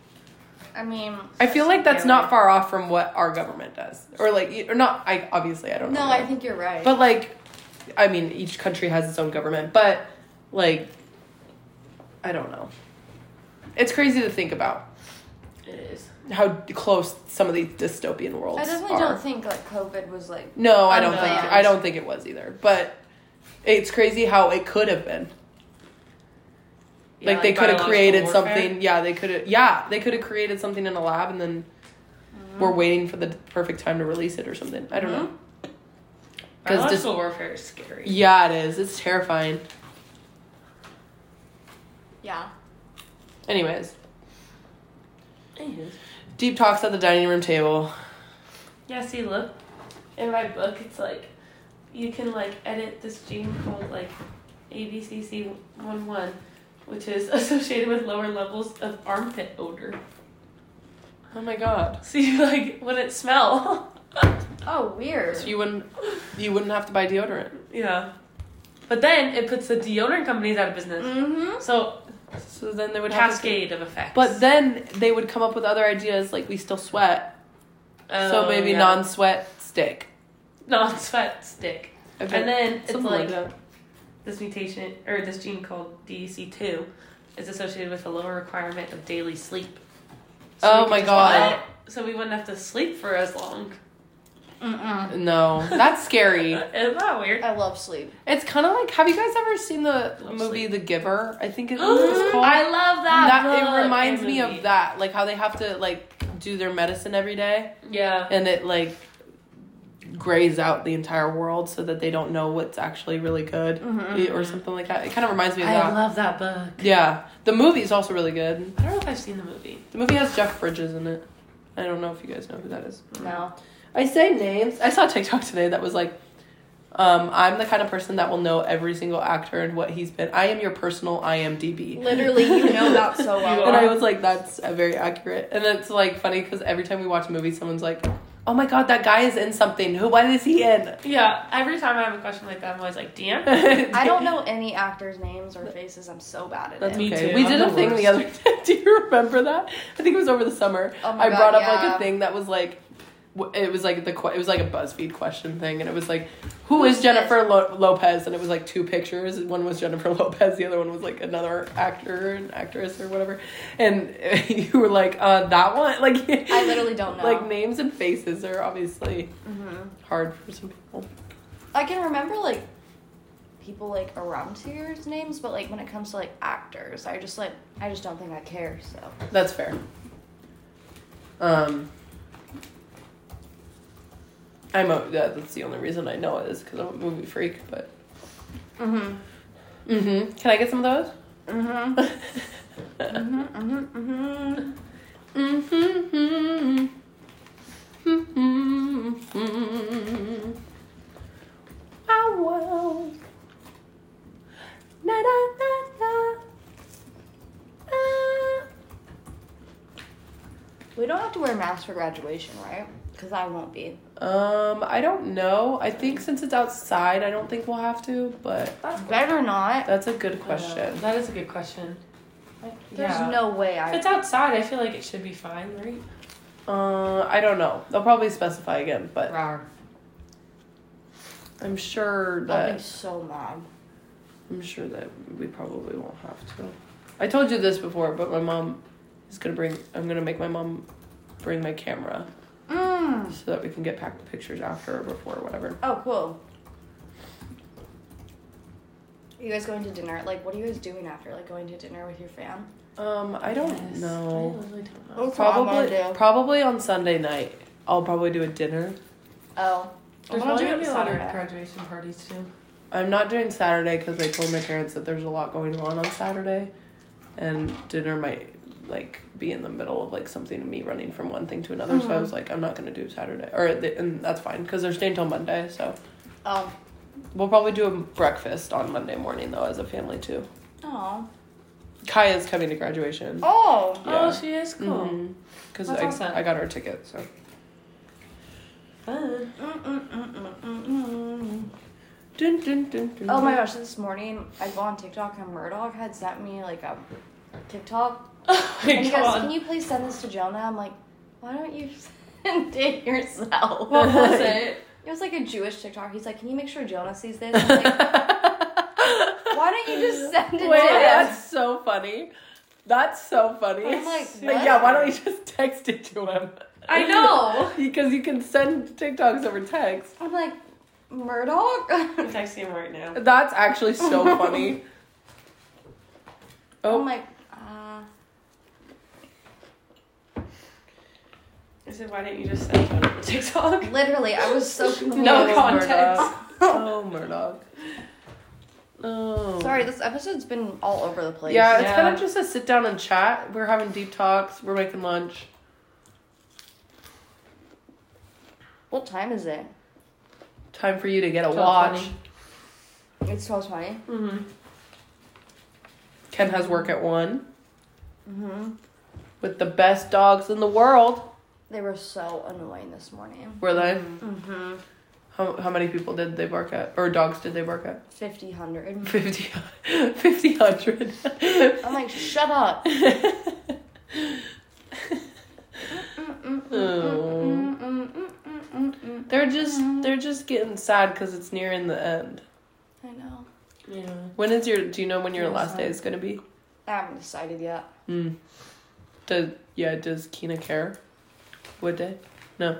I mean, I feel like that's Scary. not far off from what our government does, or like, y- or not. I obviously I don't know. no, I think you're right. but like, I mean, each country has its own government, but like, I don't know. It's crazy to think about It is. how d- close some of these dystopian worlds. I definitely are. don't think like COVID was like. No, I don't think. Unplanned. I don't think it was either. But it's crazy how it could have been. Yeah, like, they could have biological created warfare. something. Yeah, they could have. Yeah, they could have created something in a lab, and then Oh. we're waiting for the perfect time to release it or something. I don't know. Uh-huh. 'Cause dis- Biological warfare is scary. Yeah, it is. It's terrifying. Yeah. Anyways, It is. deep talks at the dining room table. Yeah, see, look, in my book, it's like you can like edit this gene called like ABCC11, which is associated with lower levels of armpit odor. Oh my god! So you like wouldn't smell. Oh, weird. So you wouldn't, you wouldn't have to buy deodorant. yeah. But then it puts the deodorant companies out of business. Mm. Mm-hmm. So So then they would have. To, cascade of effects. but then they would come up with other ideas like we still sweat, so Oh, maybe yeah. non-sweat stick. non-sweat stick. Okay. And then it's Something like that. this mutation or this gene called DEC2 is associated with a lower requirement of daily sleep. Oh we my could just- God. What? So we wouldn't have to sleep for as long. Mm-mm. No, that's scary. Isn't that weird? I love sleep. It's kind of like, have you guys ever seen the Love movie Sleep. The Giver? I think it was called. I love that. That- book it reminds and me movie. of that, like how they have to like do their medicine every day, Yeah. and it like grays out the entire world so that they don't know what's actually really good eh, Mm-hmm. Mm-hmm. or something like that. It kind of reminds me of that. love that book. yeah, the movie is also really good. I don't know if I've seen the movie. The movie has Jeff Bridges in it. I don't know if you guys know who that is. No. I say names. I saw a TikTok today that was like, um, I'm the kind of person that will know every single actor and what he's been. I am your personal IMDb. Literally, you know that so You well. And I was like, that's uh, very accurate. And it's like funny because every time we watch a movie, someone's like, oh my god, that guy is in something. Who? What is he in? Yeah. Every time I have a question like that, I'm always like, damn. I don't know any actors' names or faces. I'm so bad at That's it. Me okay. too. We I'm did the a thing the worst. other day. Do you remember that? I think it was over the summer. Oh my I God, brought up like yeah. a thing that was like, w- it was like the que- it was like a BuzzFeed question thing, and it was like, who is Who's Jennifer Lo- Lopez? And it was like two pictures. One was Jennifer Lopez, the other one was like another actor and actress or whatever. And you were like, uh, that one, like I literally don't know. Mm-hmm. Like names and faces are obviously hard for some people. I can remember like people like around here's names, but like when it comes to like actors, I just like I just don't think I care. So That's fair. Um, I'm a, yeah, that's the only reason I know it is because I'm a movie freak. But mm-hmm. mm-hmm. can I get some of Mm-hmm. those? Mm-hmm. Mm-hmm. Mhm. Mhm. I will. Na, na, na, na. I have to wear masks for graduation, right? Because I won't be. Um, I don't know. I think since it's outside, I don't think we'll have to, but That's Better not. that's a good question. That is a good question. Like, There's yeah. no way If I. it's outside, I feel like it should be fine, right? Uh, I don't know. They'll probably specify again, but Rawr. I'm sure I'll be that so mad. I'm sure that we probably won't have to. I told you this before, but my mom is gonna bring. I'm gonna make my mom bring my camera Mm. so that we can get packed pictures after or before or whatever. Oh, cool. Are you guys going to dinner? Like, what are you guys doing after? Like, going to dinner with your fam? Um, I don't Yes. know. I really don't know. That's what I'm gonna Oh, Probably, do. probably on Sunday night. I'll probably do a dinner. Oh. I There's wanna probably do gonna it be a lot of Saturday. graduation parties too. I'm not doing Saturday because I told my parents that there's a lot going on on Saturday, and dinner might like be in the middle of like something me running from one thing to another. So I was like, I'm not gonna do Saturday, or the, and that's fine because they're staying till Monday. So Oh. we'll probably do a breakfast on Monday morning though as a family too. Oh. Kaya's coming to graduation. Oh. Yeah. Mm-hmm. Oh, she is cool. Because That's I, awesome. I got her ticket, so Fun. Mm-mm-mm-mm-mm-mm. dun, dun, dun, dun. Oh my gosh, this morning I go on TikTok and Murdoch had sent me like a TikTok. Oh my And he goes, god. Can you please send this to Jonah? I'm like, Why don't you send it yourself? What was it? It was like a Jewish TikTok. He's like, Can you make sure Jonah sees this? I'm like, Why don't you just send it Wait, to him? that's so funny. That's so funny. I'm like, Like, yeah, why don't you just text it to him? I know. Because you can send TikToks over text. I'm like, Murdoch? I'm texting him right now. That's actually so funny. Oh, I'm like, uh, I said, why didn't you just send Jonah a TikTok? literally, I was so confused. No Oh, context. Murdoch. Oh, Murdoch. Oh. Sorry, this episode's been all over the place. Yeah, it's Yeah. kind of just a sit down and chat. We're having deep talks. We're making lunch. What time is it? Time for you to get a Twelve watch. twenty. It's 1220. Mm-hmm. Ken has work at one Mm-hmm. with the best dogs in the world. They were so annoying this morning. Were they? Mm-hmm. How, how many people did they bark at? Or dogs did they bark at? 50, 100. 50, 50 100. I'm like, shut up. Oh. Mm-mm-mm-mm-mm-mm-mm. They're just Mm-hmm. they're just getting sad because it's nearing the end. I know. Yeah. When is your? Do you know when your Yeah, last day sad. is gonna be? I haven't decided yet. Mm. Does yeah? Does Kina care? What day? I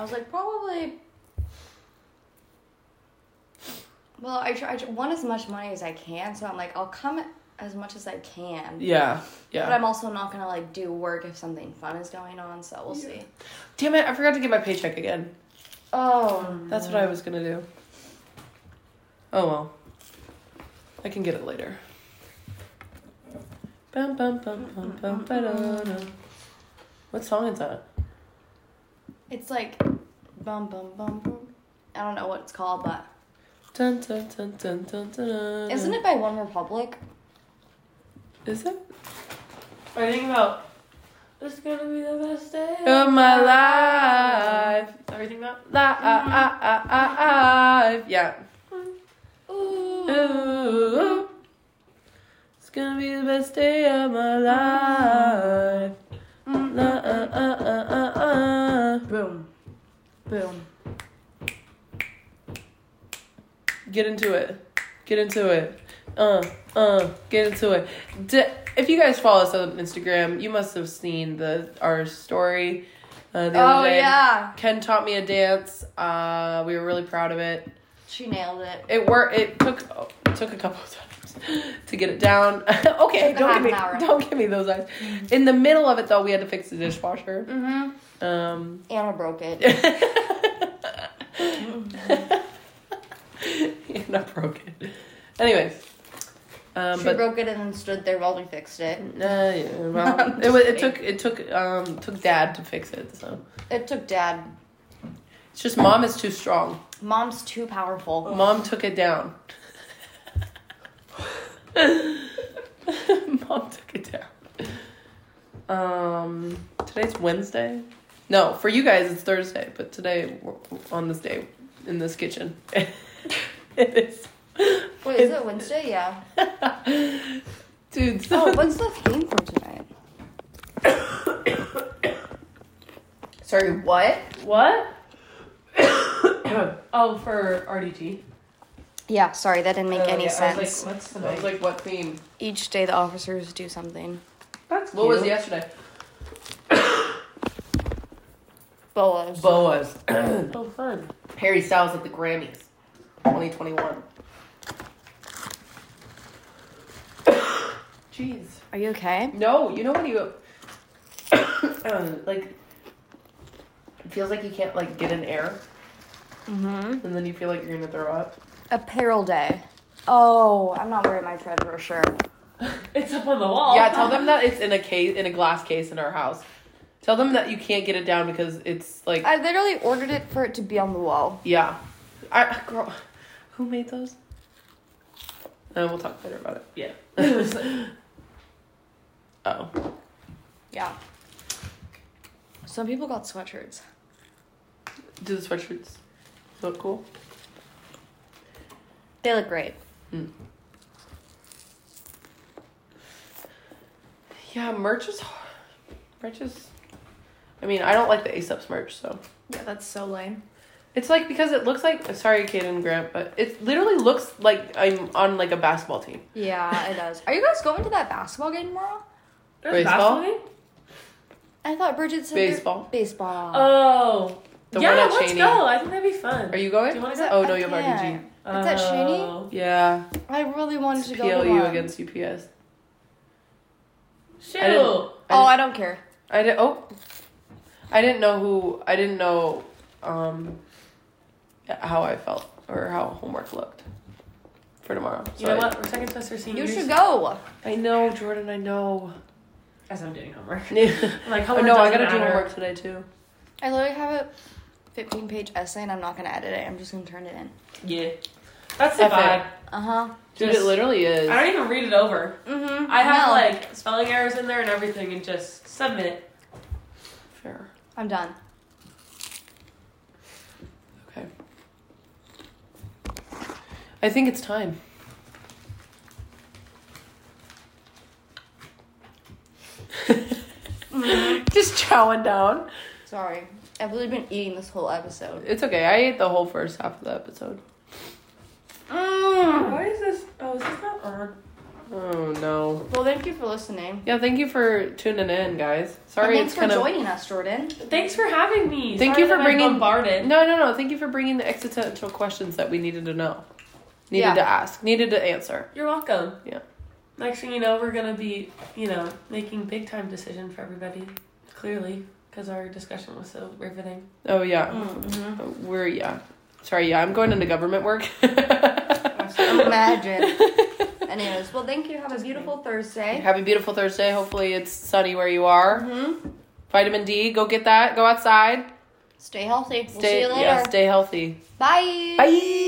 was like, probably. Well, I try. I tr- want as much money as I can, so I'm like, I'll come as much as I can. Yeah, But yeah. I'm also not gonna like do work if something fun is going on, so we'll see. Damn it! I forgot to get my paycheck again. Oh, That's what I was gonna do. Oh well. I can get it later. Bum, bum, bum, bum, bum, ba-da-da. What song is that? it's like, bum bum bum bum. I don't know what it's called, but Dun, dun, dun, dun, dun, dun, dun. isn't it by One Republic? Is it? I think about it's gonna be the best day Of my life. ah, Everything that Life. ah. Yeah. Oh, Ooh. Ooh. It's gonna be the best day of my life. La, uh, uh, uh, uh, uh. Mm-hmm. Boom, boom. Get into it. Get into it. Uh, uh, get into it. D- if you guys follow us on Instagram, you must have seen the our story uh, the Oh other day. yeah, Ken taught me a dance. Uh, we were really proud of it. she nailed it. It worked. It took oh, it took a couple of times to get it down. okay, Took a don't half give me an hour. don't give me those eyes. In the middle of it though, we had to fix the dishwasher. Mhm. Um, Anna broke it. yeah, not broken. Anyways, um, she but broke it and then stood there while we fixed it. uh, yeah, well, it, wa- it took it took um took dad to fix it. So It took dad. it's just mom is too strong. Mom's too powerful. Mom took it down. Mom took it down. Um, Today's Wednesday. No, for you guys it's Thursday, but today we're- on this day in this kitchen, it is. Wait, is it Wednesday? Yeah. Dude, so Oh, what's the theme for tonight? Sorry, what? What? oh, for RDG. Yeah, sorry, that didn't make Oh, any yeah, sense. I was like, what's the I was like, what theme? Each day the officers do something. That's what was cute. yesterday? Boas. Boas. so fun. Harry Styles at the Grammys, 2021. Jeez. Are you okay? No, you know when you um, like it feels like you can't like get an air Mm-hmm. and then you feel like you're gonna throw up. Apparel day. Oh, I'm not wearing my treasurer shirt. It's up on the wall. Yeah, tell them that it's in a case in a glass case in our house. Tell them that you can't get it down because it's like I literally ordered it for it to be on the wall. yeah. I girl who made those? No, we'll talk later about Yeah. it. oh. Yeah. Some people got sweatshirts. Do the sweatshirts look cool? They look great. Yeah, merch is merch is I mean, I don't like the ASAP's merch, so Yeah, that's so lame. It's like because it looks like sorry, Kaden Grant, but it literally looks like I'm on like a basketball team. Yeah, it does. Are you guys going to that basketball game tomorrow? There's Baseball? basketball? I thought Bridget said Baseball. Baseball. Oh. The yeah, one at let's Cheney. go. I think that'd be fun. Are you Do going? you want to that- go? oh I no, you have RDG. can't. Is that Cheney? Oh. Yeah, I really wanted to go. to PLU one. against UPS. Shoot. I didn't- Oh, I don't care. I did. Oh, I didn't know who. I didn't know um how I felt or how homework looked for tomorrow. So You know I- what? We're second semester You seniors. should go. I know, Jordan. I know. As I'm doing homework. oh I'm like, homework no, I doesn't gotta do matter. homework today too. I literally have a 15 page essay and I'm not gonna edit it. I'm just gonna turn it in. Yeah. That's the F it. vibe. Uh huh. Dude, Just- it literally is. I don't even read it over. Mm-hmm. I have no, like spelling errors in there and everything and just submit. e Fair. I'm done. Okay. I think it's time. Mm-hmm. Just chowing down. Sorry. I've really been eating this whole episode. It's okay. I ate the whole first half of the episode. Mm. is this? Oh, is this not on? Oh no. Well, thank you for listening. Yeah, thank you for tuning in, guys. And Sorry, thanks it's for kind of joining us, Jordan. Thanks for having me. Thank Sorry you for that I bringing- bombarded. no, no, no. Thank you for bringing the existential questions that we needed to know, needed Yeah. to ask, needed to answer. You're welcome. Yeah. Next thing you know, we're gonna be, you know, making big time decision for everybody. Clearly, because our discussion was so riveting. Oh yeah, Mm-hmm. we're yeah. Sorry, yeah. I'm going into government work. Imagine. Anyways, well, thank you. Have a beautiful Thursday. Have a beautiful Thursday. Hopefully it's sunny where you are. Mm-hmm. Vitamin D, go get that. Go outside. Stay healthy. We'll Stay, see you later. Yeah, stay healthy. Bye. Bye.